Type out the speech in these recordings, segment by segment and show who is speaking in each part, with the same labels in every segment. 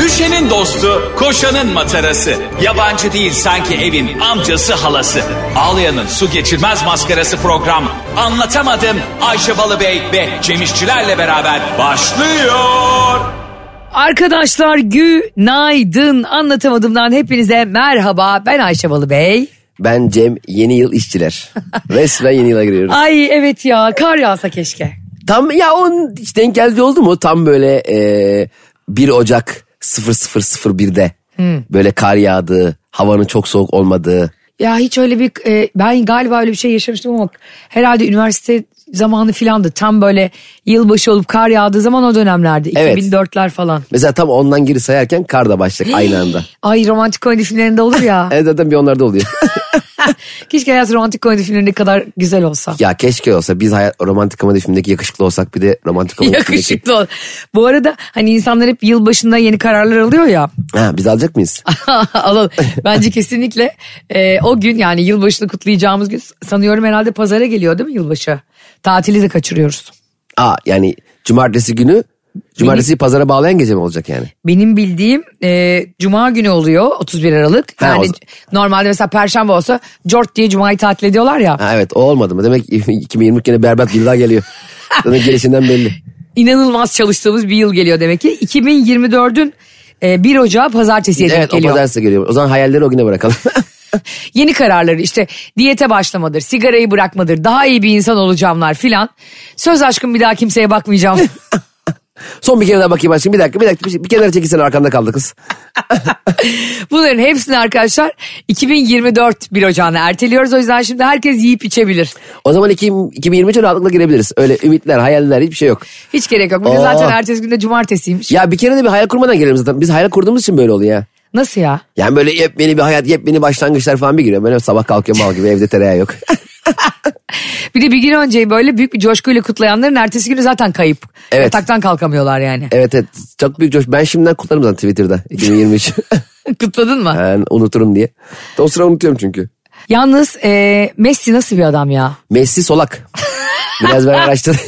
Speaker 1: Düşenin dostu, koşanın matarası. Yabancı değil sanki evin amcası halası. Ağlayanın su geçirmez maskarası program. Anlatamadım Ayşe Balıbey ve Cemişçilerle beraber başlıyor.
Speaker 2: Arkadaşlar günaydın anlatamadığımdan hepinize merhaba ben Ayşe Balıbey.
Speaker 3: Ben Cem yeni yıl işçiler. Resmen yeni yıla giriyoruz.
Speaker 2: Ay evet ya kar yağsa keşke.
Speaker 3: Tam ya on hiç denk geldi oldu mu? Tam böyle e, 1 Ocak 0001'de böyle kar yağdığı, havanın çok soğuk olmadığı.
Speaker 2: Ya hiç öyle bir e, ben galiba öyle bir şey yaşamıştım ama herhalde üniversite zamanı filandı tam böyle yılbaşı olup kar yağdığı zaman o dönemlerde
Speaker 3: Evet.
Speaker 2: 2004'ler falan.
Speaker 3: Mesela tam ondan geri sayarken kar da başladık aynı anda.
Speaker 2: Ay romantik komedi filmlerinde olur ya.
Speaker 3: Evet zaten bir onlarda oluyor.
Speaker 2: Keşke hayat romantik komedi filmlerinde kadar güzel olsa.
Speaker 3: ya keşke olsa biz hayat, romantik komedi filmindeki yakışıklı olsak bir de romantik komedi filmindeki.
Speaker 2: Yakışıklı ol. Bu arada hani insanlar hep yılbaşında yeni kararlar alıyor ya.
Speaker 3: Ha, biz alacak mıyız?
Speaker 2: Alalım. Bence kesinlikle e, o gün yani yılbaşını kutlayacağımız gün sanıyorum herhalde pazara geliyor değil mi yılbaşı? Tatili de kaçırıyoruz.
Speaker 3: Aa yani cumartesi günü Cumartesi pazara bağlayan gece mi olacak yani?
Speaker 2: Benim bildiğim e, cuma günü oluyor 31 Aralık.
Speaker 3: Ha,
Speaker 2: Yani
Speaker 3: o-
Speaker 2: normalde mesela perşembe olsa cort diye cumayı tatil ediyorlar ya.
Speaker 3: Ha, evet o olmadı mı? Demek 2020 gene berbat bir yıllar geliyor. Zaten gelişinden belli.
Speaker 2: İnanılmaz çalıştığımız bir yıl geliyor demek ki. 2024'ün e, 1 Ocağı pazartesiye denk
Speaker 3: Evet o
Speaker 2: geliyor.
Speaker 3: pazartesi geliyor. O zaman hayalleri o güne bırakalım.
Speaker 2: Yeni kararları işte diyete başlamadır, sigarayı bırakmadır, daha iyi bir insan olacağımlar filan. Söz aşkım bir daha kimseye bakmayacağım.
Speaker 3: Son bir kere daha bakayım aşkım. Bir dakika bir dakika bir, bir kenara çekilsene arkanda kaldı kız.
Speaker 2: Bunların hepsini arkadaşlar 2024 1 Ocağı'na erteliyoruz. O yüzden şimdi herkes yiyip içebilir.
Speaker 3: O zaman iki- 2023'e rahatlıkla girebiliriz. Öyle ümitler, hayaller hiçbir şey yok.
Speaker 2: Hiç gerek yok. Bugün
Speaker 3: Oo.
Speaker 2: zaten ertesi günde cumartesiymiş.
Speaker 3: Ya bir kere de bir hayal kurmadan gelelim zaten. Biz hayal kurduğumuz için böyle oluyor ya.
Speaker 2: Nasıl ya?
Speaker 3: Yani böyle yepyeni bir hayat, yepyeni başlangıçlar falan bir giriyor. Böyle sabah kalkıyorum mal gibi evde tereyağı yok.
Speaker 2: Bir de bir gün önceyi böyle büyük bir coşkuyla kutlayanların ertesi günü zaten kayıp.
Speaker 3: Evet.
Speaker 2: Yataktan kalkamıyorlar yani.
Speaker 3: evet evet çok büyük coş. Ben şimdiden kutlarım zaten Twitter'da 2023.
Speaker 2: Kutladın mı?
Speaker 3: ben unuturum diye. O sıra unutuyorum çünkü.
Speaker 2: Yalnız e, Messi nasıl bir adam ya?
Speaker 3: Messi solak. Biraz ben araştırdım.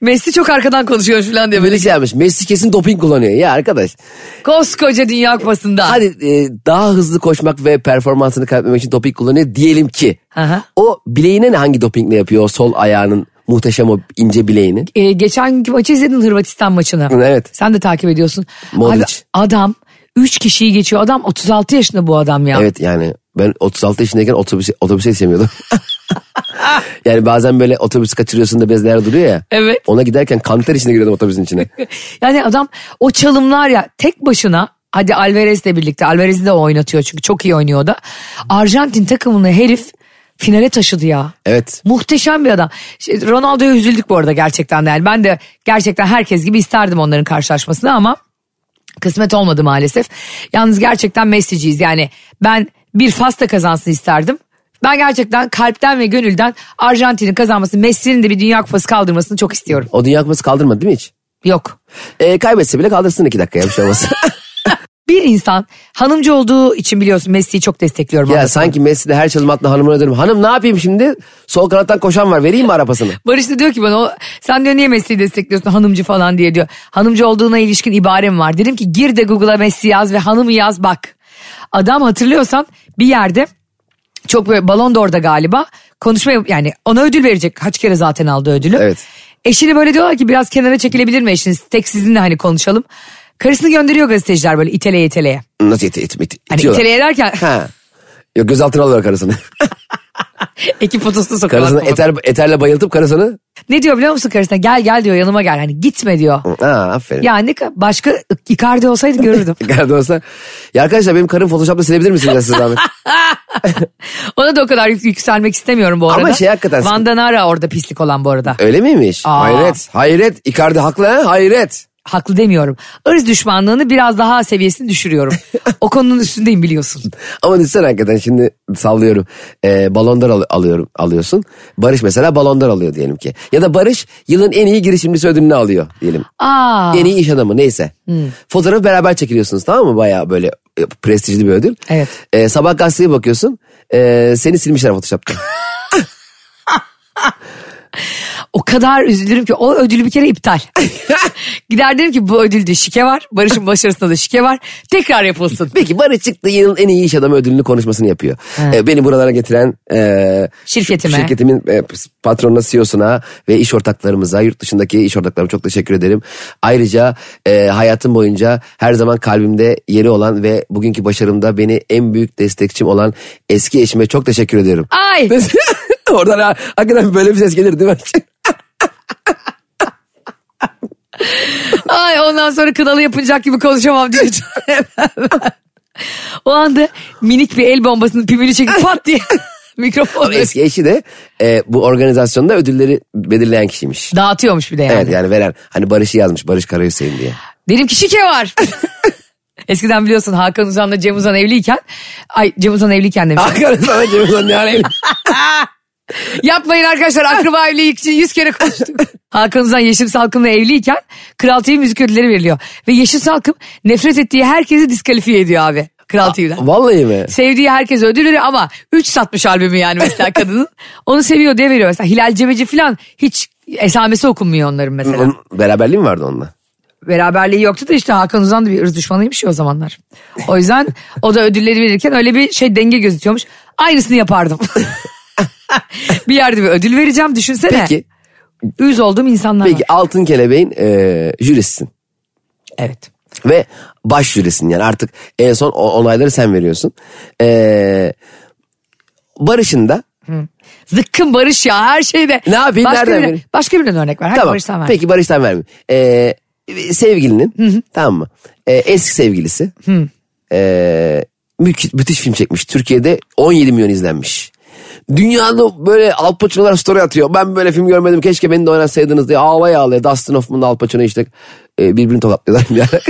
Speaker 2: Messi çok arkadan konuşuyor falan diye böyle.
Speaker 3: Böyle şey yapmış. Messi kesin doping kullanıyor. Ya arkadaş.
Speaker 2: Koskoca Dünya Kupası'nda.
Speaker 3: Hadi e, daha hızlı koşmak ve performansını kaybetmemek için doping kullanıyor diyelim ki.
Speaker 2: Aha.
Speaker 3: O bileğine ne hangi dopingle yapıyor o sol ayağının muhteşem o ince bileğini?
Speaker 2: E, geçen günkü maçı izledin Hırvatistan maçını.
Speaker 3: Evet.
Speaker 2: Sen de takip ediyorsun.
Speaker 3: Modric.
Speaker 2: Abi adam 3 kişiyi geçiyor. Adam 36 yaşında bu adam ya.
Speaker 3: Evet yani ben 36 yaşındayken otobüs otobüse sevmiyordum. yani bazen böyle otobüs kaçırıyorsun da biraz nerede duruyor ya.
Speaker 2: Evet.
Speaker 3: Ona giderken kanter içine giriyordum otobüsün içine.
Speaker 2: Yani adam o çalımlar ya tek başına hadi Alvarez'le birlikte Alvarez'i de o oynatıyor çünkü çok iyi oynuyor o da. Arjantin takımını herif finale taşıdı ya.
Speaker 3: Evet.
Speaker 2: Muhteşem bir adam. Şey, Ronaldo'ya üzüldük bu arada gerçekten de. Yani ben de gerçekten herkes gibi isterdim onların karşılaşmasını ama kısmet olmadı maalesef. Yalnız gerçekten Messi'ciyiz. Yani ben bir Fasta kazansın isterdim. Ben gerçekten kalpten ve gönülden Arjantin'in kazanmasını, Messi'nin de bir Dünya Kupası kaldırmasını çok istiyorum.
Speaker 3: O dünya kupası kaldırmadı değil mi hiç?
Speaker 2: Yok.
Speaker 3: E, kaybetse bile kaldırsın iki dakika ya bir şey olmaz.
Speaker 2: Bir insan hanımcı olduğu için biliyorsun Messi'yi çok destekliyorum.
Speaker 3: ya
Speaker 2: anlatamadım.
Speaker 3: sanki Messi'de her çalım atla hanımına dönüyorum. Hanım ne yapayım şimdi? Sol kanattan koşan var vereyim mi arapasını?
Speaker 2: Barış da diyor ki bana o, sen diyor niye Messi'yi destekliyorsun hanımcı falan diye diyor. Hanımcı olduğuna ilişkin ibarem var. Dedim ki gir de Google'a Messi yaz ve hanımı yaz bak. Adam hatırlıyorsan bir yerde çok böyle Ballon d'Or'da galiba konuşma yap- yani ona ödül verecek. Kaç kere zaten aldı ödülü.
Speaker 3: Evet.
Speaker 2: Eşini böyle diyorlar ki biraz kenara çekilebilir mi eşiniz? Tek sizinle hani konuşalım. Karısını gönderiyor gazeteciler böyle iteleye iteleye.
Speaker 3: Nasıl it, it, it,
Speaker 2: Hani
Speaker 3: itiyorlar?
Speaker 2: iteleye derken
Speaker 3: Ha. Yok gözaltına alıyorlar karısını.
Speaker 2: ekip fotosunu sokuyorlar.
Speaker 3: karısını
Speaker 2: kafasına.
Speaker 3: eter, eterle bayıltıp karısını.
Speaker 2: Ne diyor biliyor musun karısına? Gel gel diyor yanıma gel. Hani gitme diyor.
Speaker 3: Ha aferin. Ya.
Speaker 2: Yani başka Icardi olsaydı görürdüm.
Speaker 3: olsa. Ya arkadaşlar benim karım Photoshop'la silebilir misiniz ya siz zahmet?
Speaker 2: Ona da o kadar yük- yükselmek istemiyorum bu arada.
Speaker 3: şey hakikaten-
Speaker 2: Vandanara orada pislik olan bu arada.
Speaker 3: Öyle miymiş?
Speaker 2: Aa.
Speaker 3: Hayret. Hayret. Icardi haklı ha? Hayret.
Speaker 2: Haklı demiyorum. Irz düşmanlığını biraz daha seviyesini düşürüyorum. o konunun üstündeyim biliyorsun.
Speaker 3: Ama düşünsene hakikaten şimdi sallıyorum. Ee, balondar al- alıyorum, alıyorsun. Barış mesela balondar alıyor diyelim ki. Ya da Barış yılın en iyi girişimcisi ödülünü alıyor diyelim.
Speaker 2: Aa,
Speaker 3: En iyi iş adamı neyse.
Speaker 2: Hmm.
Speaker 3: Fotoğrafı beraber çekiliyorsunuz tamam mı? Baya böyle e, prestijli bir ödül.
Speaker 2: Evet.
Speaker 3: Ee, sabah e, gazeteye bakıyorsun. ee, seni silmişler Photoshop'ta.
Speaker 2: O kadar üzülürüm ki o ödülü bir kere iptal. Gider derim ki bu ödülde şike var. Barış'ın başarısında da şike var. Tekrar yapılsın.
Speaker 3: Peki Barış çıktı yılın en iyi iş adamı ödülünü konuşmasını yapıyor. Ee, beni buralara getiren e,
Speaker 2: Şirketime.
Speaker 3: şu- şirketimin e, patronuna, CEO'suna ve iş ortaklarımıza, yurt dışındaki iş ortaklarıma çok teşekkür ederim. Ayrıca e, hayatım boyunca her zaman kalbimde yeri olan ve bugünkü başarımda beni en büyük destekçim olan eski eşime çok teşekkür ediyorum.
Speaker 2: Ay.
Speaker 3: Oradan ha- hakikaten böyle bir ses gelir değil mi?
Speaker 2: Ay ondan sonra kınalı yapacak gibi konuşamam diye. o anda minik bir el bombasının pimini çekip pat diye mikrofonu
Speaker 3: eski eşi de e, bu organizasyonda ödülleri belirleyen kişiymiş.
Speaker 2: dağıtıyormuş bir de yani.
Speaker 3: Evet yani veren hani Barış'ı yazmış Barış Karahüseyin diye.
Speaker 2: Dedim ki şike var. Eskiden biliyorsun Hakan Uzan'la Cem Uzan evliyken ay Cem Uzan evliyken demiş.
Speaker 3: Hakan'ın sana Cem Uzan'ın ne arayayım?
Speaker 2: Yapmayın arkadaşlar akraba evliliği için yüz kere konuştuk. Hakan Uzan Yeşim Salkım'la evliyken Kral TV müzik ödülleri veriliyor. Ve Yeşim Salkım nefret ettiği herkesi diskalifiye ediyor abi. Kral TV'den.
Speaker 3: Vallahi mi?
Speaker 2: Sevdiği herkes ödül veriyor ama 3 satmış albümü yani mesela kadının. Onu seviyor diye veriyor mesela. Hilal Cebeci falan hiç esamesi okunmuyor onların mesela.
Speaker 3: Onun beraberliği mi vardı onunla?
Speaker 2: Beraberliği yoktu da işte Hakan Uzan da bir ırz düşmanıymış ya o zamanlar. O yüzden o da ödülleri verirken öyle bir şey denge gözetiyormuş. Aynısını yapardım. bir yerde bir ödül vereceğim düşünsene.
Speaker 3: Peki,
Speaker 2: Üz olduğum insanlar
Speaker 3: peki
Speaker 2: var.
Speaker 3: Altın Kelebeğin e, jürisisin.
Speaker 2: Evet.
Speaker 3: Ve baş jürisin yani artık en son o- onayları sen veriyorsun. E, Barış'ın da
Speaker 2: Zıkkın Barış ya her şeyde.
Speaker 3: Ne yapayım,
Speaker 2: Başka
Speaker 3: nereden
Speaker 2: birine-
Speaker 3: vereyim?
Speaker 2: Başka birinden örnek ver. Hadi
Speaker 3: tamam
Speaker 2: Barış'tan ver.
Speaker 3: peki Barış'tan vermeyeyim. E, sevgilinin tamam mı? E, eski sevgilisi e, müthiş, müthiş film çekmiş. Türkiye'de 17 milyon izlenmiş. Dünyada böyle Al Pacino'lar story atıyor. Ben böyle film görmedim keşke beni de oynatsaydınız diye ağlaya ağlaya Dustin Hoffman'la Al Pacino işte e, birbirini tokatlıyorlar bir ara.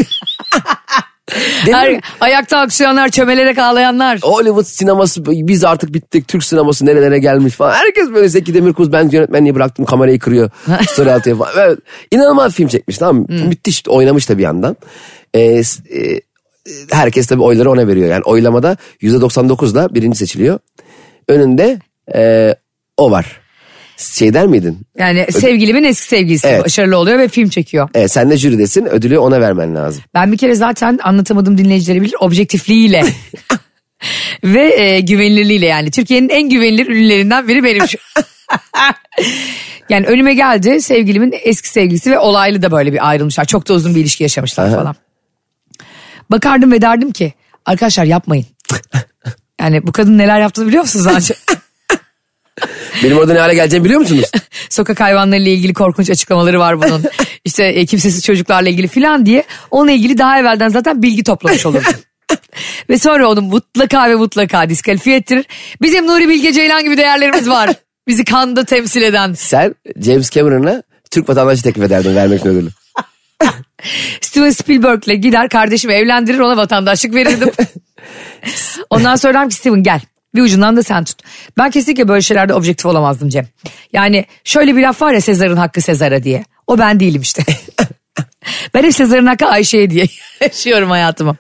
Speaker 3: Değil
Speaker 2: Her-
Speaker 3: mi?
Speaker 2: ayakta alkışlayanlar, çömelerek ağlayanlar.
Speaker 3: Hollywood sineması biz artık bittik Türk sineması nerelere gelmiş falan. Herkes böyle Zeki Demirkubuz ben yönetmenliği bıraktım kamerayı kırıyor. Story atıyor falan. Evet, inanılmaz film çekmiş tamam mı? Müthiş oynamış da bir yandan. Ee, s- e, herkes tabii oyları ona veriyor. Yani oylamada %99'da birinci seçiliyor. Önünde e, o var. Şey der miydin?
Speaker 2: Yani sevgilimin eski sevgilisi
Speaker 3: Evet.
Speaker 2: başarılı oluyor ve film çekiyor.
Speaker 3: Evet, E, sen de jüridesin ödülü ona vermen lazım.
Speaker 2: Ben bir kere zaten anlatamadım dinleyicileri bilir objektifliğiyle. ve e, güvenilirliğiyle yani. Türkiye'nin en güvenilir ünlülerinden biri benim şu. yani önüme geldi sevgilimin eski sevgilisi ve olaylı da böyle bir ayrılmışlar. Çok da uzun bir ilişki yaşamışlar
Speaker 3: Aha.
Speaker 2: falan. Bakardım ve derdim ki arkadaşlar yapmayın. Yani bu kadın neler yaptığını biliyor musunuz? daha önce?
Speaker 3: Benim orada ne hale geleceğimi biliyor musunuz?
Speaker 2: sokak hayvanlarıyla ilgili korkunç açıklamaları var bunun. işte e, kimsesiz çocuklarla ilgili filan diye onunla ilgili daha evvelden zaten bilgi toplamış olurdu. ve sonra onu mutlaka ve mutlaka diskalifiye ettirir. Bizim Nuri Bilge Ceylan gibi değerlerimiz var. Bizi kanda temsil eden.
Speaker 3: Sen James Cameron'a Türk vatandaşı teklif ederdin vermek için ödülü.
Speaker 2: Steven Spielberg'le gider kardeşimi evlendirir ona vatandaşlık verirdim. Ondan sonra dedim ki Steven gel bir ucundan da sen tut. Ben kesinlikle böyle şeylerde objektif olamazdım Cem. Yani şöyle bir laf var ya Sezar'ın hakkı Sezar'a diye. O ben değilim işte. ben hep Sezar'ın hakkı Ayşe'ye diye yaşıyorum hayatımı.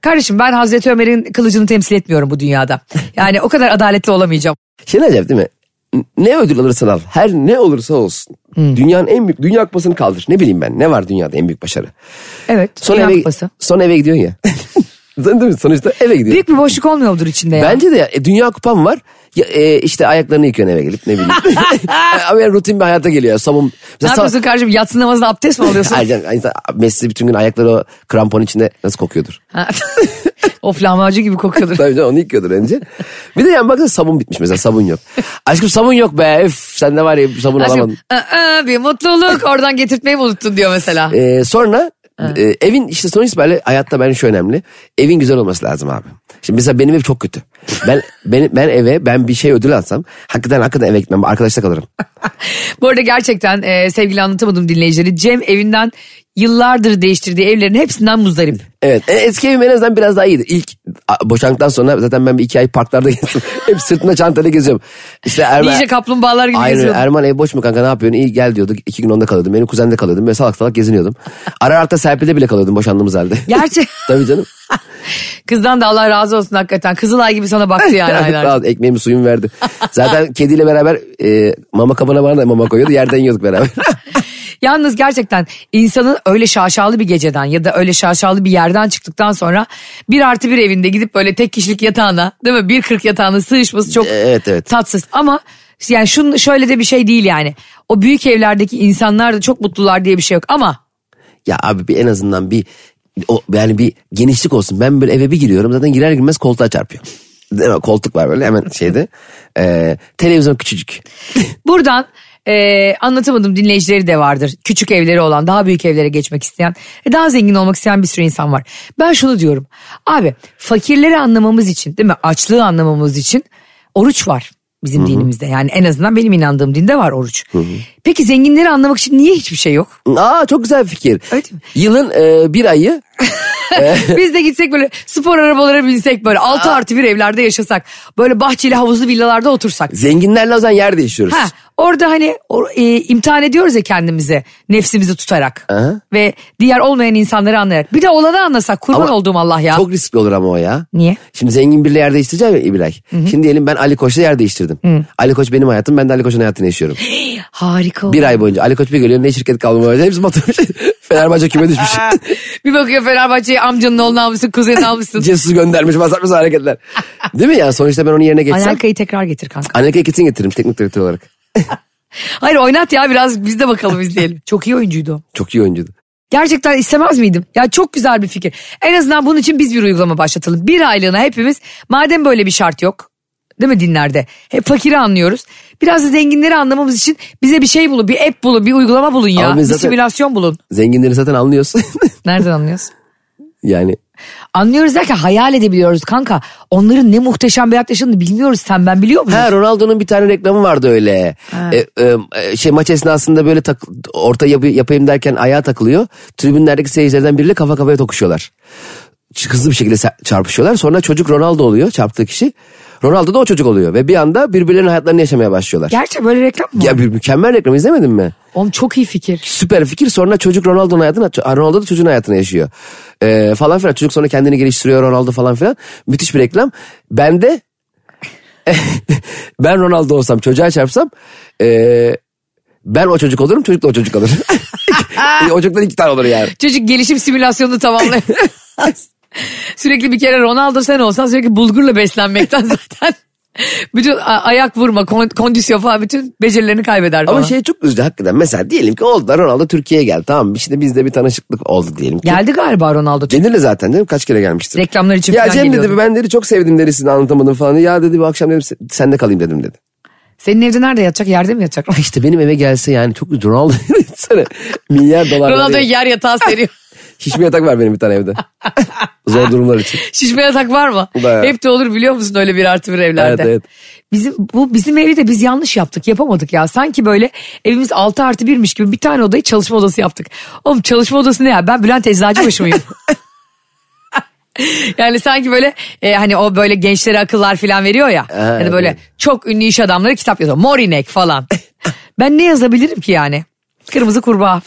Speaker 2: Kardeşim ben Hazreti Ömer'in kılıcını temsil etmiyorum bu dünyada. Yani o kadar adaletli olamayacağım.
Speaker 3: Şey ne acayip değil mi? N- Ne ödül alırsan al. Her ne olursa olsun.
Speaker 2: Hmm.
Speaker 3: Dünyanın en büyük, dünya kupasını kaldır. Ne bileyim ben. Ne var dünyada en büyük başarı?
Speaker 2: Evet.
Speaker 3: Son
Speaker 2: Dünya
Speaker 3: eve,
Speaker 2: Kupası.
Speaker 3: Son eve gidiyorsun ya. Değil mi? Sonuçta eve gidiyorsun.
Speaker 2: Büyük bir boşluk olmuyor mudur içinde ya?
Speaker 3: Bence de ya, e, dünya kupam var. Ya, e, işte ayaklarını yıkıyorsun eve gelip ne bileyim. Ama yani rutin bir hayata geliyor. Sabun.
Speaker 2: ne yapıyorsun kardeşim yatsı namazına abdest mi alıyorsun?
Speaker 3: Ayrıca insan- Messi bütün gün ayakları o krampon içinde nasıl kokuyordur?
Speaker 2: Ha. of lahmacun gibi kokuyordur.
Speaker 3: Tabii canım onu yıkıyordur önce. Bir de yani bakın sabun bitmiş mesela sabun yok. Aşkım sabun yok be. Üf, sen de var ya sabun alamadın.
Speaker 2: Aşkım "Aa, aa, bir mutluluk oradan getirtmeyi mi unuttun diyor mesela.
Speaker 3: Ee, sonra e, evin işte sonuç itibariyle hayatta bence şu önemli. Evin güzel olması lazım abi. Şimdi mesela benim ev çok kötü. Ben ben, ben eve ben bir şey ödül alsam hakikaten hakikaten eve gitmem. Arkadaşla kalırım.
Speaker 2: Bu arada gerçekten e, sevgili anlatamadım dinleyicileri Cem evinden yıllardır değiştirdiği evlerin hepsinden muzdarip.
Speaker 3: Evet e, eski evim en azından biraz daha iyiydi. İlk a, boşandıktan sonra zaten ben bir iki ay parklarda gezdim. Hep sırtımda çantayla geziyorum. İşte Erman,
Speaker 2: Nice kaplumbağalar gibi
Speaker 3: Aynen,
Speaker 2: geziyordum.
Speaker 3: Erman ev boş mu kanka ne yapıyorsun? İyi gel diyordu. İki gün onda kalıyordum. Benim kuzende kalıyordum. Böyle salak salak geziniyordum. Ara arta Serpil'de bile kalıyordum boşandığımız halde.
Speaker 2: Gerçi
Speaker 3: Tabii canım.
Speaker 2: kızdan da Allah razı olsun hakikaten. Kızılay gibi sana baktı yani aylarca.
Speaker 3: Rahat, ekmeğimi suyumu verdi. Zaten kediyle beraber e, mama kabına bana da mama koyuyordu. Yerden yiyorduk beraber.
Speaker 2: Yalnız gerçekten insanın öyle şaşalı bir geceden ya da öyle şaşalı bir yerden çıktıktan sonra bir artı bir evinde gidip böyle tek kişilik yatağına değil mi? Bir kırk yatağına sığışması çok
Speaker 3: E, Evet, evet.
Speaker 2: tatsız. Ama yani şun, şöyle de bir şey değil yani. O büyük evlerdeki insanlar da çok mutlular diye bir şey yok ama
Speaker 3: ya abi bir en azından bir o yani bir genişlik olsun. Ben böyle eve bir giriyorum zaten girer girmez koltuğa çarpıyor. Değil mi? Koltuk var böyle hemen şeyde. Ee, televizyon küçücük.
Speaker 2: Buradan e, anlatamadım dinleyicileri de vardır. Küçük evleri olan, daha büyük evlere geçmek isteyen, e, daha zengin olmak isteyen bir sürü insan var. Ben şunu diyorum. Abi fakirleri anlamamız için değil mi? Açlığı anlamamız için oruç var bizim dinimizde. Yani en azından benim inandığım dinde var oruç. Peki zenginleri anlamak için niye hiçbir şey yok?
Speaker 3: Aa çok güzel bir fikir.
Speaker 2: Öyle değil mi?
Speaker 3: Yılın e, bir ayı
Speaker 2: Biz de gitsek böyle spor arabalara binsek böyle 6 artı bir evlerde yaşasak. Böyle bahçeli havuzlu villalarda otursak.
Speaker 3: zenginlerle o zaman yer değiştiriyoruz.
Speaker 2: Ha, orada hani o- e, imtihan ediyoruz ya kendimizi nefsimizi tutarak
Speaker 3: Aha.
Speaker 2: ve diğer olmayan insanları anlayarak. Bir de olanı anlasak kurban
Speaker 3: Ama
Speaker 2: olduğum Allah ya.
Speaker 3: Çok riskli olur ama o ya.
Speaker 2: Niye?
Speaker 3: Şimdi zengin biriyle yer değiştireceğim ya İbilay. Şimdi diyelim ben Ali Koç'la yer değiştirdim. Ali Koç benim hayatım ben de Ali Koç'un hayatını yaşıyorum.
Speaker 2: Harika.
Speaker 3: Bir ay boyunca Ali Koç bir geliyor ne şirket kaldı böyle hepsi batırmış. Fenerbahçe küme düşmüş.
Speaker 2: Bir bakıyor Fenerbahçe'yi amcanın oğlunu almışsın kuzenini almışsın.
Speaker 3: Cesuz göndermiş masraf masraf hareketler. Değil mi ya sonuçta ben onun yerine geçsem.
Speaker 2: Anelka'yı tekrar getir kanka.
Speaker 3: Anelka'yı kesin getiririm teknik direktör olarak.
Speaker 2: Hayır oynat ya biraz biz de bakalım izleyelim. Çok iyi oyuncuydu o.
Speaker 3: Çok iyi oyuncuydu.
Speaker 2: Gerçekten istemez miydim? Ya çok güzel bir fikir. En azından bunun için biz bir uygulama başlatalım. Bir aylığına hepimiz madem böyle bir şart yok. Değil mi dinlerde? Hep fakiri anlıyoruz. Biraz da zenginleri anlamamız için bize bir şey bulun, bir app bulun, bir uygulama bulun ya.
Speaker 3: Ama
Speaker 2: Bir
Speaker 3: biz zaten-
Speaker 2: simülasyon bulun.
Speaker 3: Zenginleri zaten anlıyorsun.
Speaker 2: Nereden anlıyoruz?
Speaker 3: yani
Speaker 2: Anlıyoruz derken hayal edebiliyoruz kanka. Onların ne muhteşem bir yaklaşımını bilmiyoruz sen ben biliyor muyum?
Speaker 3: Ha Ronaldo'nun bir tane reklamı vardı öyle. E, e, e, şey maç esnasında böyle tak, orta yapı- yapayım derken ayağa takılıyor. Tribünlerdeki seyircilerden biriyle kafa kafaya tokuşuyorlar. Ç- Hızlı bir şekilde se- çarpışıyorlar. Sonra çocuk Ronaldo oluyor çarptığı kişi. Ronaldo da o çocuk oluyor ve bir anda birbirlerinin hayatlarını yaşamaya başlıyorlar.
Speaker 2: Gerçi böyle reklam mı?
Speaker 3: Ya bir mükemmel reklam izlemedin mi?
Speaker 2: Oğlum çok iyi fikir.
Speaker 3: Süper fikir sonra çocuk Ronaldo'nun hayatını, Ronaldo da çocuğun hayatını yaşıyor. E, falan filan çocuk sonra kendini geliştiriyor Ronaldo falan filan. Müthiş bir reklam. Ben de ben Ronaldo olsam çocuğa çarpsam e, ben o çocuk olurum çocuk da o çocuk olur. E, o çocuktan iki tane olur yani.
Speaker 2: Çocuk gelişim simülasyonunu tamamlıyor. sürekli bir kere Ronaldo sen olsan sürekli bulgurla beslenmekten zaten bütün a- ayak vurma, kon- kondisyon falan bütün becerilerini kaybeder
Speaker 3: Ama
Speaker 2: falan.
Speaker 3: şey çok üzücü hakikaten. Mesela diyelim ki oldu da Ronaldo Türkiye'ye geldi tamam mı? Şimdi bizde bir tanışıklık oldu diyelim ki.
Speaker 2: Geldi galiba Ronaldo.
Speaker 3: Denirle zaten canım kaç kere gelmiştir.
Speaker 2: Reklamlar için
Speaker 3: Ya
Speaker 2: falan
Speaker 3: Cem dedi
Speaker 2: geliyordu.
Speaker 3: ben dedi çok sevdim dedi sizi anlatamadım falan. Ya dedi bu akşam dedim "sen- sende kalayım dedim dedi.
Speaker 2: Senin evde nerede yatacak? Yerde mi yatacak?
Speaker 3: İşte benim eve gelse yani çok Ronaldo sana milyar dolar
Speaker 2: Ronaldo'ya
Speaker 3: veriyor.
Speaker 2: yer yatağı seriyor.
Speaker 3: Şişme yatak var benim bir tane evde. Zor durumlar için.
Speaker 2: Şişme yatak var mı?
Speaker 3: Bayağı.
Speaker 2: Hep de olur biliyor musun öyle bir artı bir evlerde.
Speaker 3: Evet, evet.
Speaker 2: Bizim, bu bizim evi de biz yanlış yaptık yapamadık ya. Sanki böyle evimiz 6 artı 1'miş gibi bir tane odayı çalışma odası yaptık. Oğlum çalışma odası ne ya ben Bülent Eczacıbaşı mıyım? Yani sanki böyle e, hani o böyle gençlere akıllar falan veriyor ya.
Speaker 3: Ha,
Speaker 2: ya da böyle
Speaker 3: evet.
Speaker 2: çok ünlü iş adamları kitap yazıyor. Morinek falan. ben ne yazabilirim ki yani? Kırmızı kurbağa.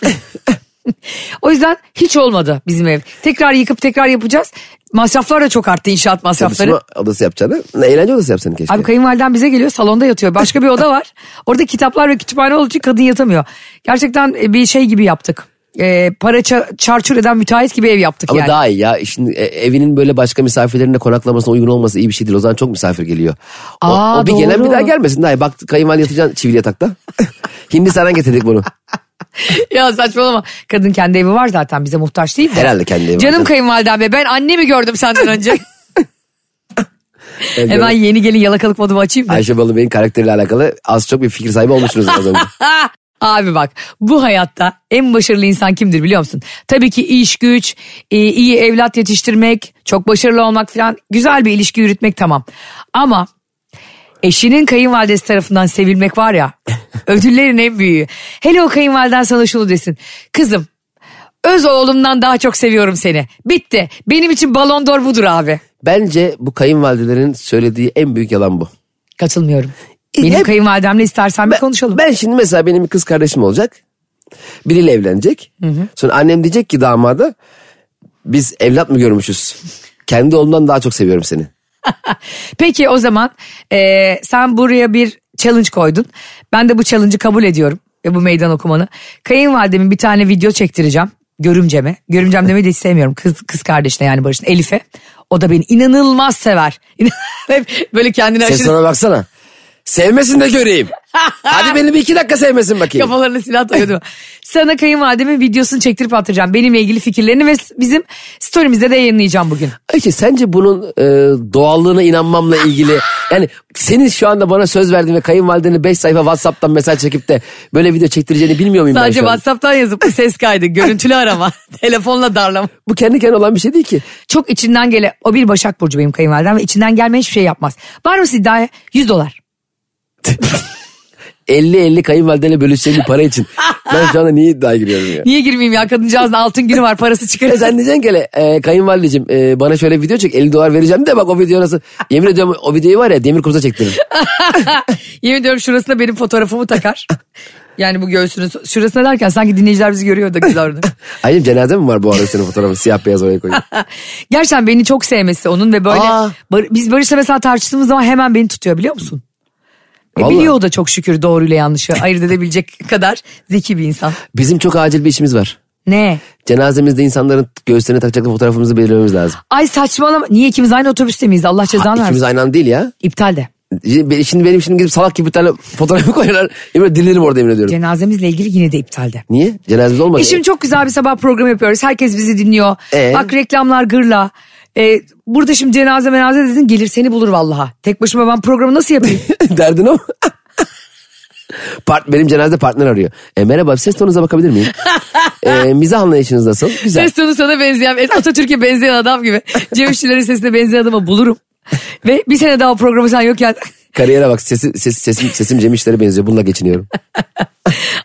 Speaker 2: o yüzden hiç olmadı bizim ev. Tekrar yıkıp tekrar yapacağız. Masraflar da çok arttı inşaat masrafları.
Speaker 3: Çalışma odası yapacağını. ne, Eğlence odası yapsanı keşke.
Speaker 2: Abi kayınvaliden bize geliyor salonda yatıyor. Başka bir oda var. Orada kitaplar ve kütüphane olduğu için kadın yatamıyor. Gerçekten e, bir şey gibi yaptık. E, para ça- çarçur eden müteahhit gibi ev yaptık
Speaker 3: Ama
Speaker 2: yani.
Speaker 3: daha iyi ya. Şimdi e, evinin böyle başka misafirlerin de konaklamasına uygun olması iyi bir şey değil. O zaman çok misafir geliyor. O,
Speaker 2: Aa,
Speaker 3: o bir gelen
Speaker 2: doğru.
Speaker 3: bir daha gelmesin. Daha iyi. Bak kayınvalide yatacaksın çivili yatakta. Hindistan'dan getirdik bunu.
Speaker 2: ya saçmalama. Kadın kendi evi var zaten bize muhtaç değil mi?
Speaker 3: Herhalde kendi evi var.
Speaker 2: Canım kayınvalidem be ben annemi gördüm senden önce.
Speaker 3: Evet,
Speaker 2: Hemen yeni gelin yalakalık modumu açayım da.
Speaker 3: Ayşe Balıbey'in karakteriyle alakalı az çok bir fikir sahibi olmuşsunuz az önce.
Speaker 2: Ha! Ah, Abi bak bu hayatta en başarılı insan kimdir biliyor musun? Tabii ki iş güç, e, iyi evlat yetiştirmek, çok başarılı olmak falan güzel bir ilişki yürütmek tamam. Ama eşinin kayınvalidesi tarafından sevilmek var ya ödüllerin en büyüğü. Hele o kayınvaliden sana şunu desin. Kızım Öz oğlumdan daha çok seviyorum seni. Bitti. Benim için Ballon d'Or budur abi.
Speaker 3: Bence bu kayınvalidelerin söylediği en büyük yalan bu.
Speaker 2: Katılmıyorum.
Speaker 3: E,
Speaker 2: Benim
Speaker 3: hep-
Speaker 2: kayınvalidemle istersen bir konuşalım.
Speaker 3: Ben şimdi mesela benim bir kız kardeşim olacak. Biriyle evlenecek. Sonra annem diyecek ki damada biz evlat mı görmüşüz? Kendi oğlumdan daha çok seviyorum seni.
Speaker 2: Peki o zaman e, sen buraya bir challenge koydun. Ben de bu challenge'ı kabul ediyorum. Ve bu meydan okumanı. Kayınvalidemin bir tane video çektireceğim. Görümceme. Görümcem demeyi de istemiyorum. Kız, kız kardeşine yani Barış'ın Elif'e. O da beni inanılmaz sever. Hep böyle kendini
Speaker 3: Sen
Speaker 2: aşırı
Speaker 3: sana baksana. Sevmesin de göreyim. Hadi beni bir iki dakika sevmesin bakayım.
Speaker 2: kafalarına silah takıyordu. Sana kayınvalidemin videosunu çektirip attıracağım. Benimle ilgili fikirlerini ve bizim story'mizde de yayınlayacağım bugün.
Speaker 3: Ayşe sence bunun e, doğallığına inanmamla ilgili yani senin şu anda bana söz verdiğin ve kayınvalideni 5 sayfa Whatsapp'tan mesaj çekip de böyle video çektireceğini bilmiyor muyum ben
Speaker 2: Sadece
Speaker 3: şu an?
Speaker 2: WhatsApp'tan yazıp ses kaydı. Görüntülü arama. Telefonla darlama.
Speaker 3: Bu kendi kendine olan bir şey değil ki.
Speaker 2: Çok içinden gele. O bir Başak Burcu benim kayınvalidem ve içinden gelmeyen hiçbir şey yapmaz. Var mı iddiaya? 100 dolar.
Speaker 3: 50-50 kayınvalidenle bölüşeceğin bir para için. ben şu anda niye iddiaya giriyorum ya?
Speaker 2: Niye girmeyeyim ya? Kadıncağızın altın günü var parası
Speaker 3: E
Speaker 2: çıkarır.
Speaker 3: sen diyeceksin ki hele, e, kayınvalideciğim e, bana şöyle bir video çek 50 dolar vereceğim de bak o video nasıl. Yemin ediyorum o videoyu var ya demir kumsa çektiririm.
Speaker 2: Yemin ediyorum şurasına benim fotoğrafımı takar. Yani bu göğsünü şurasına derken sanki dinleyiciler bizi görüyor da güzel orada.
Speaker 3: Aynen cenaze mi var bu arada senin fotoğrafın siyah beyaz oraya koyuyor.
Speaker 2: Gerçekten beni çok sevmesi onun ve böyle
Speaker 3: Aa.
Speaker 2: Bar- biz Barış'la mesela tartıştığımız zaman hemen beni tutuyor biliyor musun? E,
Speaker 3: Vallahi.
Speaker 2: biliyor o da çok şükür doğruyla yanlışı ayırt edebilecek kadar zeki bir insan.
Speaker 3: Bizim çok acil bir işimiz var.
Speaker 2: Ne?
Speaker 3: Cenazemizde insanların göğüslerine takacaklı fotoğrafımızı belirlememiz lazım.
Speaker 2: Ay saçmalama. Niye ikimiz aynı otobüste miyiz? Allah cezanı
Speaker 3: İkimiz
Speaker 2: versin.
Speaker 3: aynı anda değil ya.
Speaker 2: İptal de.
Speaker 3: Şimdi şimdi benim şimdi gidip salak gibi bir tane fotoğrafı koyarlar. Yemin dilirim orada yemin ediyorum.
Speaker 2: Cenazemizle ilgili yine de iptalde.
Speaker 3: Niye? Cenazemiz olmadı.
Speaker 2: E şimdi çok güzel bir sabah programı yapıyoruz. Herkes bizi dinliyor.
Speaker 3: Ee?
Speaker 2: Bak reklamlar gırla. E, burada şimdi cenaze menaze dedin gelir seni bulur vallaha. Tek başıma ben programı nasıl yapayım?
Speaker 3: Derdin o. Part, benim cenazede partner arıyor. E, merhaba ses tonunuza bakabilir miyim? e, mizah anlayışınız nasıl? Güzel.
Speaker 2: Ses tonu sana benzeyen, e, Atatürk'e benzeyen adam gibi. Cem İşçilerin sesine benzeyen adamı bulurum. Ve bir sene daha o programı sen yokken
Speaker 3: Kariyere bak sesi, ses, sesim, sesim Cem İşler'e benziyor. Bununla geçiniyorum.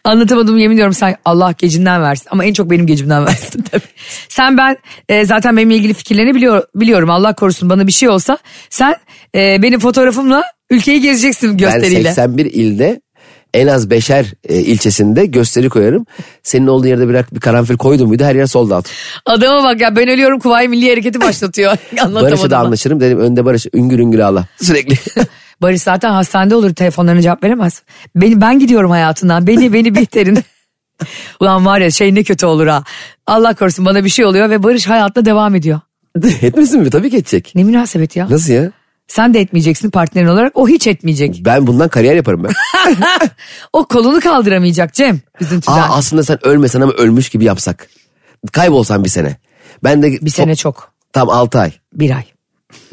Speaker 2: anlatamadım yemin ediyorum sen Allah gecinden versin. Ama en çok benim gecimden versin tabii. Sen ben e, zaten benimle ilgili fikirlerini biliyor, biliyorum Allah korusun bana bir şey olsa. Sen e, benim fotoğrafımla ülkeyi gezeceksin
Speaker 3: Ben
Speaker 2: gösteriyle.
Speaker 3: 81 ilde en az beşer e, ilçesinde gösteri koyarım. Senin olduğun yerde birer bir karanfil koydum muydu her yer sold out.
Speaker 2: Adama bak ya ben ölüyorum Kuvayi Milli Hareketi başlatıyor. Anlatamadım.
Speaker 3: Barış'a da
Speaker 2: ben.
Speaker 3: anlaşırım dedim önde Barış üngür üngür ağla sürekli.
Speaker 2: Barış zaten hastanede olur telefonlarına cevap veremez. Beni, ben gidiyorum hayatından. Beni beni bihterin. Ulan var ya şey ne kötü olur ha. Allah korusun bana bir şey oluyor ve Barış hayatına devam ediyor.
Speaker 3: Etmesin mi? Tabii ki edecek.
Speaker 2: Ne münasebet ya.
Speaker 3: Nasıl ya?
Speaker 2: Sen de etmeyeceksin partnerin olarak o hiç etmeyecek.
Speaker 3: Ben bundan kariyer yaparım ben.
Speaker 2: O kolunu kaldıramayacak Cem bizim
Speaker 3: Aa,
Speaker 2: tüzel.
Speaker 3: aslında sen ölmesen ama ölmüş gibi yapsak. Kaybolsan bir sene. Ben de
Speaker 2: Bir sene çok
Speaker 3: tam 6 ay.
Speaker 2: bir ay.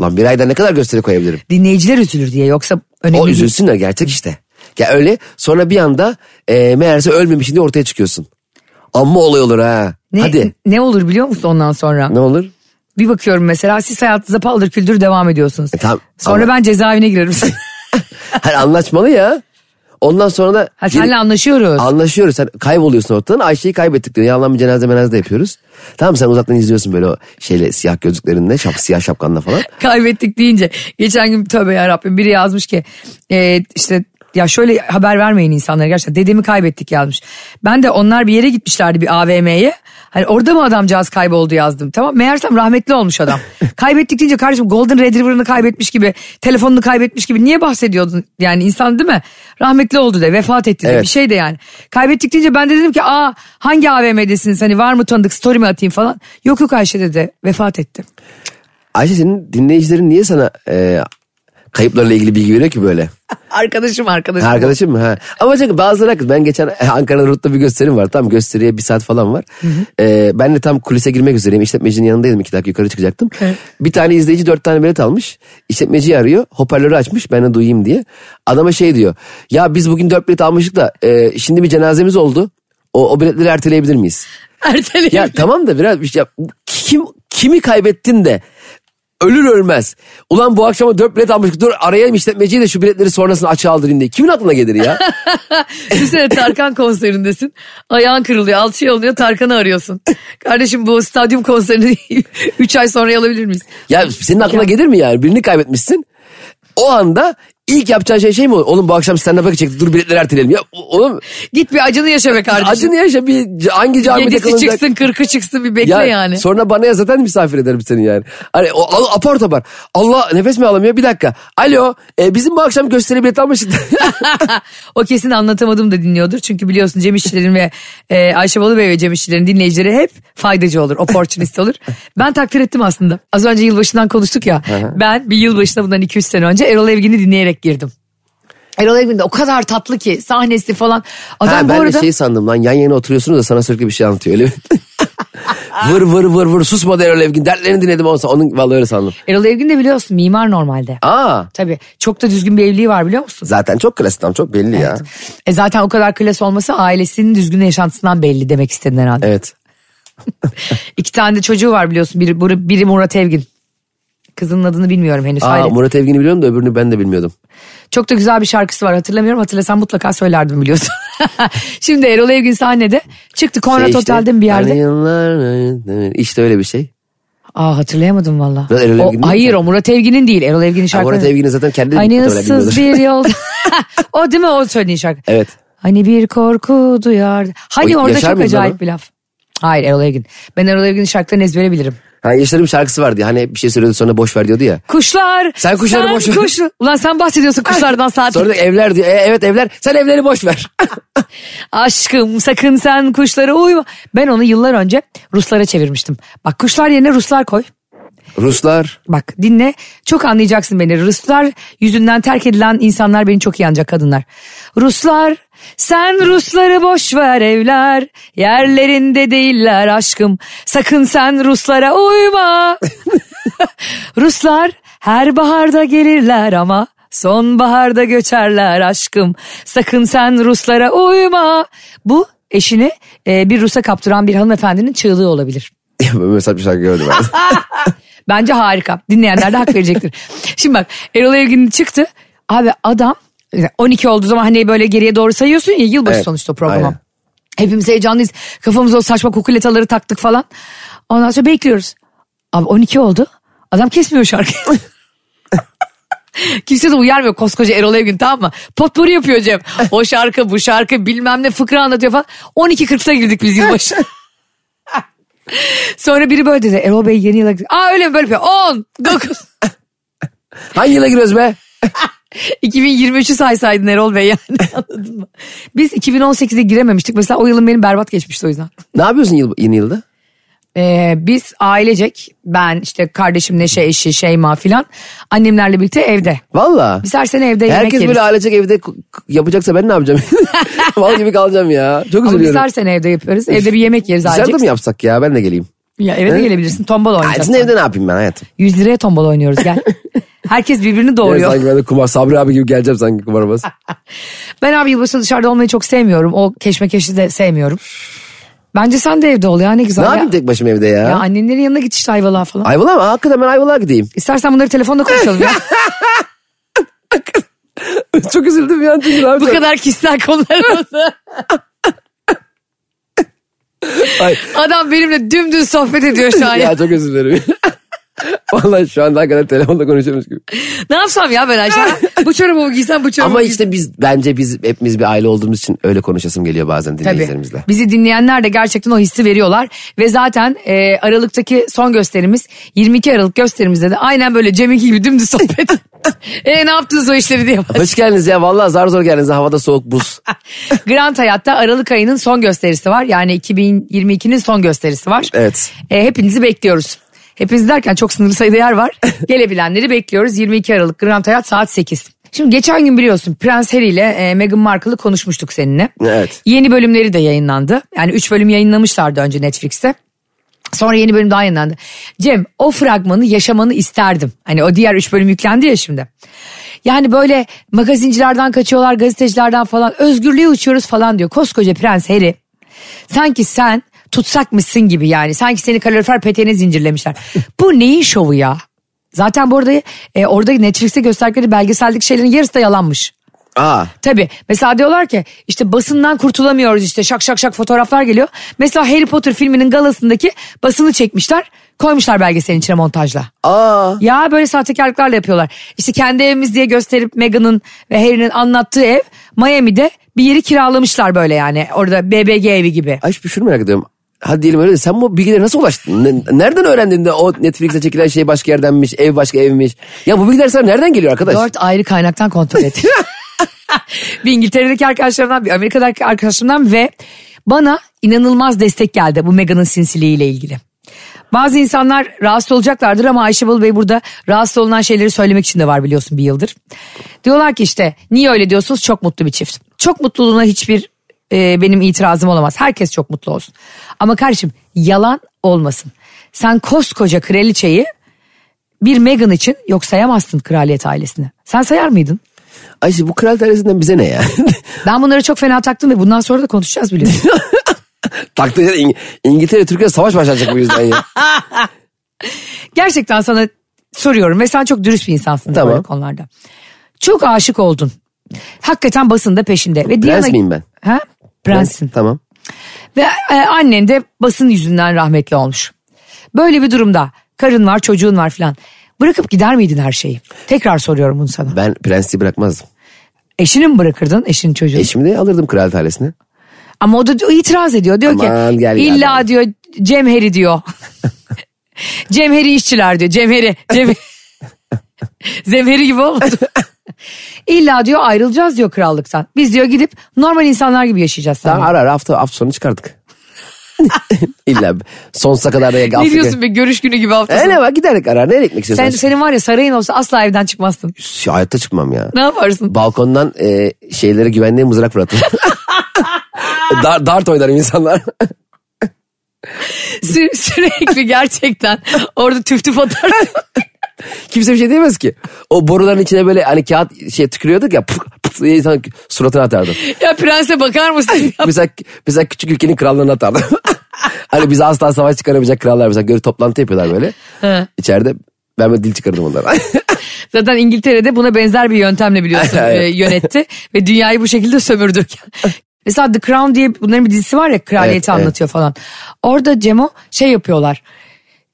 Speaker 3: Lan bir ayda ne kadar gösteri koyabilirim?
Speaker 2: Dinleyiciler üzülür diye yoksa önemli
Speaker 3: O
Speaker 2: değil.
Speaker 3: üzülsünler gerçek işte. Ya öyle sonra bir anda e, meğerse ölmemişsin diye ortaya çıkıyorsun. Amma olay olur ha.
Speaker 2: Ne,
Speaker 3: Hadi.
Speaker 2: ne olur biliyor musun ondan sonra?
Speaker 3: Ne olur?
Speaker 2: Bir bakıyorum mesela siz hayatınıza paldır küldür devam ediyorsunuz.
Speaker 3: E, tamam.
Speaker 2: Sonra
Speaker 3: Ama-
Speaker 2: ben cezaevine girerim.
Speaker 3: Hayır anlaşmalı ya. Ondan sonra da
Speaker 2: ha, senle anlaşıyoruz.
Speaker 3: anlaşıyoruz. Sen kayboluyorsun ortadan. Ayşe'yi kaybettik diyor. Yalan bir cenaze menaze de yapıyoruz. Tamam sen uzaktan izliyorsun böyle o şeyle siyah gözlüklerinle, şap, siyah şapkanla falan.
Speaker 2: Kaybettik deyince. Geçen gün tövbe yarabbim biri yazmış ki e, işte ya şöyle haber vermeyin insanlara gerçekten dedemi kaybettik yazmış. Ben de onlar bir yere gitmişlerdi bir AVM'ye. Hani orada mı adamcağız kayboldu yazdım. Tamam meğersem rahmetli olmuş adam. kaybettik deyince kardeşim Golden Retriever'ını kaybetmiş gibi telefonunu kaybetmiş gibi niye bahsediyordun? Yani insan değil mi? Rahmetli oldu de vefat etti de
Speaker 3: Evet.
Speaker 2: bir şey de yani. Kaybettik deyince ben de dedim ki aa hangi AVM'desiniz hani var mı tanıdık story mi atayım falan. Yok yok Ayşe dedi vefat etti.
Speaker 3: Ayşe senin dinleyicilerin niye sana e, kayıplarla ilgili bilgi veriyor ki böyle?
Speaker 2: Arkadaşım arkadaşım.
Speaker 3: Ha, Arkadaşım mı? Ha. Ama çünkü bazıları haklı. Ben geçen Ankara'da Rut'ta bir gösterim var. Tam gösteriye bir saat falan var. Ee, ben de tam kulise girmek üzereyim. İşletmecinin yanındaydım. iki dakika yukarı çıkacaktım.
Speaker 2: Evet.
Speaker 3: Bir tane izleyici dört tane bilet almış. İşletmeciyi arıyor. Hoparlörü açmış. Ben de duyayım diye. Adama şey diyor. Ya biz bugün dört bilet almıştık da e, şimdi bir cenazemiz oldu. O, o biletleri erteleyebilir miyiz?
Speaker 2: Erteleyelim.
Speaker 3: Ya tamam da biraz bir şey yap. Kim, kimi kaybettin de ölür ölmez. Ulan bu akşama dört bilet almış. Dur arayayım işletmeciyi de şu biletleri sonrasını açığa aldırayım diye. Kimin aklına gelir ya?
Speaker 2: Düşünsene Tarkan konserindesin. Ayağın kırılıyor, alçıya oluyor, Tarkan'ı arıyorsun. Kardeşim bu stadyum konserini 3 ay sonra alabilir miyiz?
Speaker 3: ya senin aklına gelir mi yani? Birini kaybetmişsin. O anda ilk yapacağın şey şey mi olur? Oğlum bu akşam stand-up'a gidecektik. Dur biletleri erteleyelim. Ya o- oğlum
Speaker 2: Git bir acını yaşa be kardeşim.
Speaker 3: acını yaşa bir hangi camide
Speaker 2: Yedisi
Speaker 3: kalınacak?
Speaker 2: çıksın, kırkı çıksın bir bekle
Speaker 3: Ya
Speaker 2: yani.
Speaker 3: Sonra bana ya zaten misafir ederim seni yani. Hani o, al- apar topar. Allah nefes mi alamıyor? Bir dakika. Alo. e, bizim bu akşam gösteri bilet almıştık.
Speaker 2: o kesin anlatamadım da dinliyordur. Çünkü biliyorsun Cem İşçilerin ve e, Ayşe Balıbey ve Cem İşçilerin dinleyicileri hep faydacı olur. Opportunist olur. Ben takdir ettim aslında. Az önce yılbaşından konuştuk ya. ben bir yılbaşına bundan 2-3 sene önce Erol Evgin'i dinleyerek girdim. Erol Evgin de o kadar tatlı ki sahnesi falan. Adam
Speaker 3: ha,
Speaker 2: bu
Speaker 3: ben
Speaker 2: arada...
Speaker 3: de şey sandım lan yan yana oturuyorsunuz da sana sürekli bir şey anlatıyor öyle mi? vır vır vır vır susma der öyle Evgin dertlerini dinledim olsa onun vallahi öyle sandım.
Speaker 2: Erol Evgin de biliyorsun mimar normalde.
Speaker 3: Aa
Speaker 2: Tabii çok da düzgün bir evliliği var biliyor musun?
Speaker 3: zaten çok klasik tam çok belli ya.
Speaker 2: E zaten o kadar klas olması ailesinin düzgün yaşantısından belli demek istedin herhalde.
Speaker 3: Evet.
Speaker 2: İki tane de çocuğu var biliyorsun. Biri, biri- biri Murat Evgin. Kızının adını bilmiyorum henüz.
Speaker 3: Aa,
Speaker 2: Hayret.
Speaker 3: Murat Evgin'i biliyorum da öbürünü ben de bilmiyordum.
Speaker 2: Çok da güzel bir şarkısı var hatırlamıyorum. Hatırlasam mutlaka söylerdim biliyorsun. Şimdi Erol Evgin sahnede. Çıktı Konrad
Speaker 3: Şey işte,
Speaker 2: Otel'de mi bir yerde?
Speaker 3: hani yıllar- İşte öyle bir şey.
Speaker 2: Aa hatırlayamadım valla.
Speaker 3: Ben Erol
Speaker 2: O-
Speaker 3: Evgin'in mi
Speaker 2: Hayır
Speaker 3: sen?
Speaker 2: o Murat Evgin'in değil. Erol Evgin'in
Speaker 3: Ha,
Speaker 2: şarkısı.
Speaker 3: Murat Evgin'in zaten kendi
Speaker 2: Hani
Speaker 3: muhtemelen bilmiyordur.
Speaker 2: ıssız bir yol. o değil mi o söylediğin şarkı?
Speaker 3: Evet.
Speaker 2: Hani bir korku duyar. Hani
Speaker 3: O
Speaker 2: orada
Speaker 3: Yaşar
Speaker 2: çok
Speaker 3: mıydı lan
Speaker 2: acayip
Speaker 3: o?
Speaker 2: bir laf. Hayır Erol Evgin. Ben Erol Evgin'in şarkılarını ezbere bilirim.
Speaker 3: Ha, Yaşar'ın bir şarkısı vardı ya, hani hep bir şey söylüyordu sonra boş ver diyordu ya.
Speaker 2: Kuşlar.
Speaker 3: Sen kuşları boş ver.
Speaker 2: kuş- Ulan sen bahsediyorsun kuşlardan saat.
Speaker 3: Sonra da evler diyor. E, evet evler. Sen evleri boş ver.
Speaker 2: Aşkım sakın sen kuşlara uyma. Ben onu yıllar önce Ruslara çevirmiştim. Bak kuşlar yerine Ruslar koy.
Speaker 3: Ruslar.
Speaker 2: Bak dinle çok anlayacaksın beni. Ruslar yüzünden terk edilen insanlar beni çok iyi anacak kadınlar. Ruslar sen Rusları boş ver evler yerlerinde değiller aşkım. Sakın sen Ruslara uyma. Ruslar her baharda gelirler ama sonbaharda göçerler aşkım. Sakın sen Ruslara uyma. Bu eşini e, bir Rus'a kaptıran bir hanımefendinin çığlığı olabilir.
Speaker 3: Mesela bir şarkı gördüm ben.
Speaker 2: Bence harika. Dinleyenler de hak verecektir. Şimdi bak Erol Evgin çıktı. Abi adam 12 olduğu zaman hani böyle geriye doğru sayıyorsun ya yılbaşı
Speaker 3: Evet,
Speaker 2: sonuçta programı.
Speaker 3: aynen.
Speaker 2: Hepimiz heyecanlıyız. Kafamıza o saçma kukuletaları taktık falan. Ondan sonra bekliyoruz. Abi 12 oldu. Adam kesmiyor şarkıyı. Kimse de uyarmıyor koskoca Erol Evgin tamam mı? Potpourri yapıyor Cem. O şarkı bu şarkı bilmem ne fıkra anlatıyor falan. 12.40'ta girdik biz yılbaşı. Sonra biri böyle dedi. Erol Bey yeni yıla... Aa öyle mi böyle şey. yapıyor. 10, 9,
Speaker 3: Hangi yıla giriyoruz be?
Speaker 2: 2023'ü saysaydın Erol Bey yani anladın mı? Biz 2018'e girememiştik. Mesela o yılın benim berbat geçmişti o yüzden.
Speaker 3: Ne yapıyorsun yıl, yeni yılda?
Speaker 2: Ee, biz ailecek ben işte kardeşim Neşe eşi Şeyma filan annemlerle birlikte evde.
Speaker 3: Valla.
Speaker 2: Biz her sene evde yemek
Speaker 3: Herkes
Speaker 2: yeriz.
Speaker 3: böyle ailecek evde k- k- yapacaksa ben ne yapacağım? Mal gibi kalacağım ya. Çok
Speaker 2: Ama biz
Speaker 3: üzülüyorum.
Speaker 2: her sene evde yapıyoruz. Evde bir yemek yeriz
Speaker 3: Dışarıda
Speaker 2: ailecek.
Speaker 3: mı yapsak ya? Ben de geleyim.
Speaker 2: Ya eve de
Speaker 3: He?
Speaker 2: gelebilirsin tombala oynayacağız.
Speaker 3: Ailesinin evde ne yapayım ben hayatım?
Speaker 2: 100 liraya tombala oynuyoruz gel. Herkes birbirini
Speaker 3: Yani
Speaker 2: doğuruyor.
Speaker 3: sanki ben de kumar Sabri abi gibi geleceğim sanki kumarbaz.
Speaker 2: Ben abi yılbaşında dışarıda olmayı çok sevmiyorum. O keşmekeşi de sevmiyorum. Bence sen de evde ol ya ne güzel
Speaker 3: ne
Speaker 2: ya.
Speaker 3: yapayım tek başıma evde ya?
Speaker 2: Ya annenlerin yanına git işte Ayvalık'a falan.
Speaker 3: Ayvalık mı? Hakikaten ben Ayvalık'a gideyim.
Speaker 2: İstersen bunları telefonda konuşalım ya.
Speaker 3: Çok üzüldüm ya. Çünkü abi.
Speaker 2: Bu kadar kişisel konularımızı.
Speaker 3: Ay.
Speaker 2: Adam benimle dümdüz sohbet ediyor şu an. ya.
Speaker 3: ya çok özür dilerim. Vallahi şu anda hakikaten telefonda konuşuyormuş gibi.
Speaker 2: Ne yapsam ya ben Ayşe? bu çorabı mı giysem bu çorabı
Speaker 3: Ama
Speaker 2: mı giysem?
Speaker 3: işte biz bence biz hepimiz bir aile olduğumuz için öyle konuşasım geliyor bazen
Speaker 2: Tabii.
Speaker 3: dinleyicilerimizle.
Speaker 2: Bizi dinleyenler de gerçekten o hissi veriyorlar. Ve zaten e, Aralık'taki son gösterimiz 22 Aralık gösterimizde de aynen böyle Cem'inki gibi dümdüz sohbet. e ne yaptınız o işleri diye.
Speaker 3: Hoş geldiniz ya vallahi zar zor geldiniz havada soğuk buz.
Speaker 2: Grand Hayat'ta Aralık ayının son gösterisi var. Yani 2022'nin son gösterisi var.
Speaker 3: Evet.
Speaker 2: E, hepinizi bekliyoruz. Hepiniz derken çok sınırlı sayıda yer var. Gelebilenleri bekliyoruz. 22 Aralık Grand Hayat saat 8. Şimdi geçen gün biliyorsun Prens Harry ile e, Meghan Markle'ı konuşmuştuk seninle.
Speaker 3: Evet.
Speaker 2: Yeni bölümleri de yayınlandı. Yani 3 bölüm yayınlamışlardı önce Netflix'te. Sonra yeni bölüm daha yayınlandı. Cem o fragmanı yaşamanı isterdim. Hani o diğer üç bölüm yüklendi ya şimdi. Yani böyle magazincilerden kaçıyorlar, gazetecilerden falan. Özgürlüğe uçuyoruz falan diyor. Koskoca Prens Harry. Sanki sen tutsakmışsın gibi yani. Sanki seni kalorifer peteğine zincirlemişler. Bu neyin şovu ya? Zaten bu arada e, orada Netflix'te gösterdikleri belgeseldeki şeylerin yarısı da yalanmış.
Speaker 3: Aa.
Speaker 2: Tabii mesela diyorlar ki işte basından kurtulamıyoruz işte şak şak şak fotoğraflar geliyor. Mesela Harry Potter filminin galasındaki basını çekmişler koymuşlar belgeselin içine montajla.
Speaker 3: Aa.
Speaker 2: Ya böyle sahtekarlıklarla yapıyorlar. İşte kendi evimiz diye gösterip Meghan'ın ve Harry'nin anlattığı ev Miami'de bir yeri kiralamışlar böyle yani orada BBG evi gibi.
Speaker 3: Ay hiçbir şunu merak ediyorum. Hadi diyelim öyle de sen bu bilgilere nasıl ulaştın? Ne- nereden öğrendin de o Netflix'e çekilen şey başka yerdenmiş, ev başka evmiş. Ya bu bilgiler sana nereden geliyor arkadaş?
Speaker 2: Dört ayrı kaynaktan kontrol ettim. bir İngiltere'deki arkadaşlarımdan, bir Amerika'daki arkadaşımdan ve bana inanılmaz destek geldi bu Meghan'ın sinsiliğiyle ilgili. Bazı insanlar rahatsız olacaklardır ama Ayşe Balı Bey burada rahatsız olunan şeyleri söylemek için de var biliyorsun bir yıldır. Diyorlar ki işte niye öyle diyorsunuz çok mutlu bir çift. Çok mutluluğuna hiçbir e, benim itirazım olamaz. Herkes çok mutlu olsun. Ama kardeşim yalan olmasın. Sen koskoca kraliçeyi bir Meghan için yok sayamazsın kraliyet ailesini. Sen sayar mıydın?
Speaker 3: Ay şimdi bu kral ailesinden bize ne ya?
Speaker 2: Ben bunları çok fena taktım ve bundan sonra da konuşacağız biliyorsun.
Speaker 3: Taktığı İng- İngiltere Türkiye savaş başlayacak bu yüzden ya.
Speaker 2: Gerçekten sana soruyorum ve sen çok dürüst bir insansın
Speaker 3: Tamam.
Speaker 2: böyle konularda. Çok aşık oldun. Hakikaten basında peşinde. Ve
Speaker 3: Prens miyim ben?
Speaker 2: Ha? Prensin.
Speaker 3: Tamam.
Speaker 2: Ve e, annen de basın yüzünden rahmetli olmuş. Böyle bir durumda karın var çocuğun var filan. Bırakıp gider miydin her şeyi? Tekrar soruyorum bunu sana.
Speaker 3: Ben prensi bırakmazdım.
Speaker 2: Eşini mi bırakırdın eşin çocuğunu?
Speaker 3: Eşimi de alırdım kral ailesine.
Speaker 2: Ama o da diyor- itiraz ediyor. Diyor
Speaker 3: Aman
Speaker 2: ki
Speaker 3: gel ya
Speaker 2: illa
Speaker 3: adam."
Speaker 2: diyor Cemheri diyor. Cemheri işçiler diyor. Cemheri. Cem... Zemheri gibi olmadı. illa diyor ayrılacağız diyor krallıktan. Biz diyor gidip normal insanlar gibi yaşayacağız. seninle.
Speaker 3: Daha ara ara hafta, hafta sonu çıkardık. İlla sonsuza kadar da ya
Speaker 2: ne
Speaker 3: Afrika- E,
Speaker 2: diyorsun be görüş günü gibi hafta sonu.
Speaker 3: Öyle bak giderek ara. Nereye gitmek
Speaker 2: Sen,
Speaker 3: istiyorsun?
Speaker 2: senin var ya sarayın olsa asla evden çıkmazsın.
Speaker 3: Şu hayatta çıkmam ya.
Speaker 2: Ne yaparsın?
Speaker 3: Balkondan e, şeylere güvenliğe mızrak fırlatırım. Dar, dart oynarım insanlar.
Speaker 2: Sü- sürekli gerçekten orada tüf tüf atarsın.
Speaker 3: Kimse bir şey diyemez ki. O boruların içine böyle hani kağıt şey tükürüyorduk ya. Pıf, pıf diye insan suratına atardım.
Speaker 2: ya prense bakar mısın?
Speaker 3: mesela, mesela küçük ülkenin krallığını atardım. hani bize asla savaş çıkaramayacak krallar mesela görü toplantı yapıyorlar böyle.
Speaker 2: He.
Speaker 3: İçeride ben böyle dil çıkardım onlara.
Speaker 2: Zaten İngiltere'de buna benzer bir yöntemle biliyorsun
Speaker 3: Evet.
Speaker 2: e, yönetti ve dünyayı bu şekilde sömürdü. Mesela The Crown diye bunların bir dizisi var ya kraliyeti
Speaker 3: Evet, evet.
Speaker 2: anlatıyor falan. Orada Cemo şey yapıyorlar.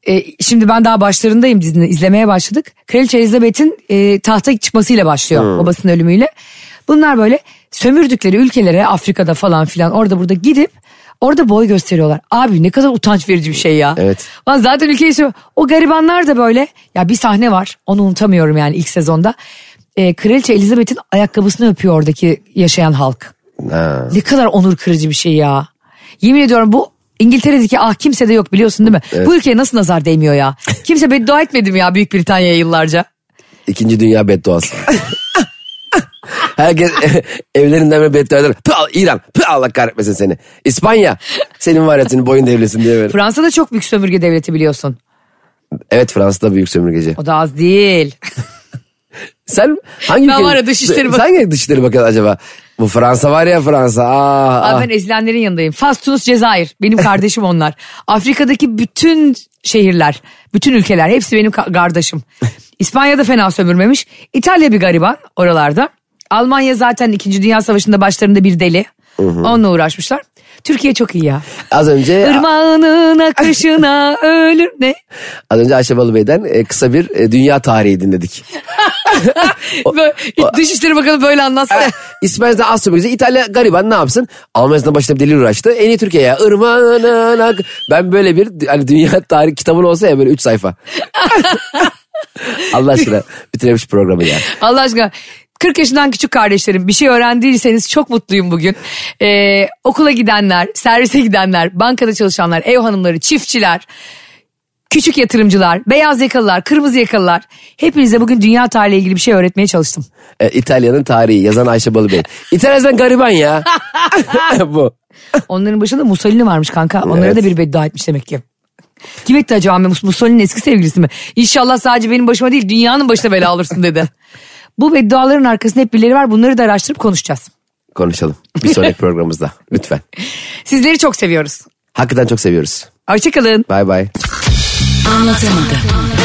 Speaker 2: E, şimdi ben daha başlarındayım dizini izlemeye başladık. Kraliçe Elizabeth'in e, tahta çıkmasıyla başlıyor babasının ölümüyle. Bunlar böyle sömürdükleri ülkelere Afrika'da falan filan orada burada gidip orada boy gösteriyorlar. Abi ne kadar utanç verici bir şey ya.
Speaker 3: Evet.
Speaker 2: Lan zaten ülkeyi seviyor. O garibanlar da böyle. Ya bir sahne var. Onu unutamıyorum yani ilk sezonda. Ee, Kraliçe Elizabeth'in ayakkabısını öpüyor oradaki yaşayan halk.
Speaker 3: Ha.
Speaker 2: Ne kadar onur kırıcı bir şey ya. Yemin ediyorum bu İngiltere'deki ah kimse de yok biliyorsun değil mi? Bu ülkeye nasıl nazar değmiyor ya? Kimse beddua etmedim ya Büyük Britanya'ya yıllarca.
Speaker 3: İkinci dünya bedduası. Herkes evlerinden böyle beddua eder. Pı, İran, pı, Allah kahretmesin seni. İspanya, senin var ya senin boyun devlesin diye böyle.
Speaker 2: Fransa da çok büyük sömürge devleti biliyorsun.
Speaker 3: Evet Fransa'da büyük sömürgeci.
Speaker 2: O da az değil.
Speaker 3: Sen hangi
Speaker 2: Ben
Speaker 3: ülke-
Speaker 2: var ya Dışişleri
Speaker 3: Sen
Speaker 2: Bak-
Speaker 3: hangi dışişleri bakıyorsun acaba? Bu Fransa var ya Fransa. Aa,
Speaker 2: Abi
Speaker 3: ah.
Speaker 2: ben ezilenlerin yanındayım. Fas, Tunus, Cezayir. Benim kardeşim onlar. Afrika'daki bütün şehirler, bütün ülkeler hepsi benim ka- kardeşim. İspanya'da fena sömürmemiş. İtalya bir gariban oralarda. Almanya zaten 2. Dünya Savaşı'nda başlarında bir deli. Onunla uğraşmışlar. Türkiye çok iyi ya.
Speaker 3: ah. Az önce
Speaker 2: Irmağının akışına ölür ne?
Speaker 3: az önce Ayşe Balı Bey'den e, kısa bir e, dünya tarihi dinledik.
Speaker 2: Böyle, Dışişleri Bakanı böyle anlatsa.
Speaker 3: İspanya'da az sömürgeci. İtalya gariban ne yapsın? Almanya'dan başına bir deli uğraştı. En iyi Türkiye ya. Irmağına nak- Ben böyle bir hani dünya tarihi kitabın olsa ya böyle 3 sayfa. Allah aşkına bitiremiş programı ya.
Speaker 2: Allah aşkına 40 yaşından küçük kardeşlerim bir şey öğrendiyseniz çok mutluyum bugün. Ee, okula gidenler, servise gidenler, bankada çalışanlar, ev hanımları, çiftçiler, küçük yatırımcılar, beyaz yakalılar, kırmızı yakalılar. Hepinize bugün dünya tarihiyle ilgili bir şey öğretmeye çalıştım.
Speaker 3: E, İtalya'nın tarihi yazan Ayşe Balı Bey. İtalya'dan gariban ya. Bu.
Speaker 2: Onların başında Mussolini varmış kanka. Onlara
Speaker 3: Evet.
Speaker 2: da bir beddua etmiş demek ki. Kim etti acaba Mus- Mussolini'nin eski sevgilisi mi? İnşallah sadece benim başıma değil dünyanın başına bela alırsın dedi. Bu bedduaların arkasında hep birileri var. Bunları da araştırıp konuşacağız.
Speaker 3: Konuşalım. Bir sonraki programımızda. Lütfen.
Speaker 2: Sizleri çok seviyoruz.
Speaker 3: Hakikaten çok seviyoruz.
Speaker 2: Hoşçakalın.
Speaker 3: Bay bay.
Speaker 4: Anlatamadım.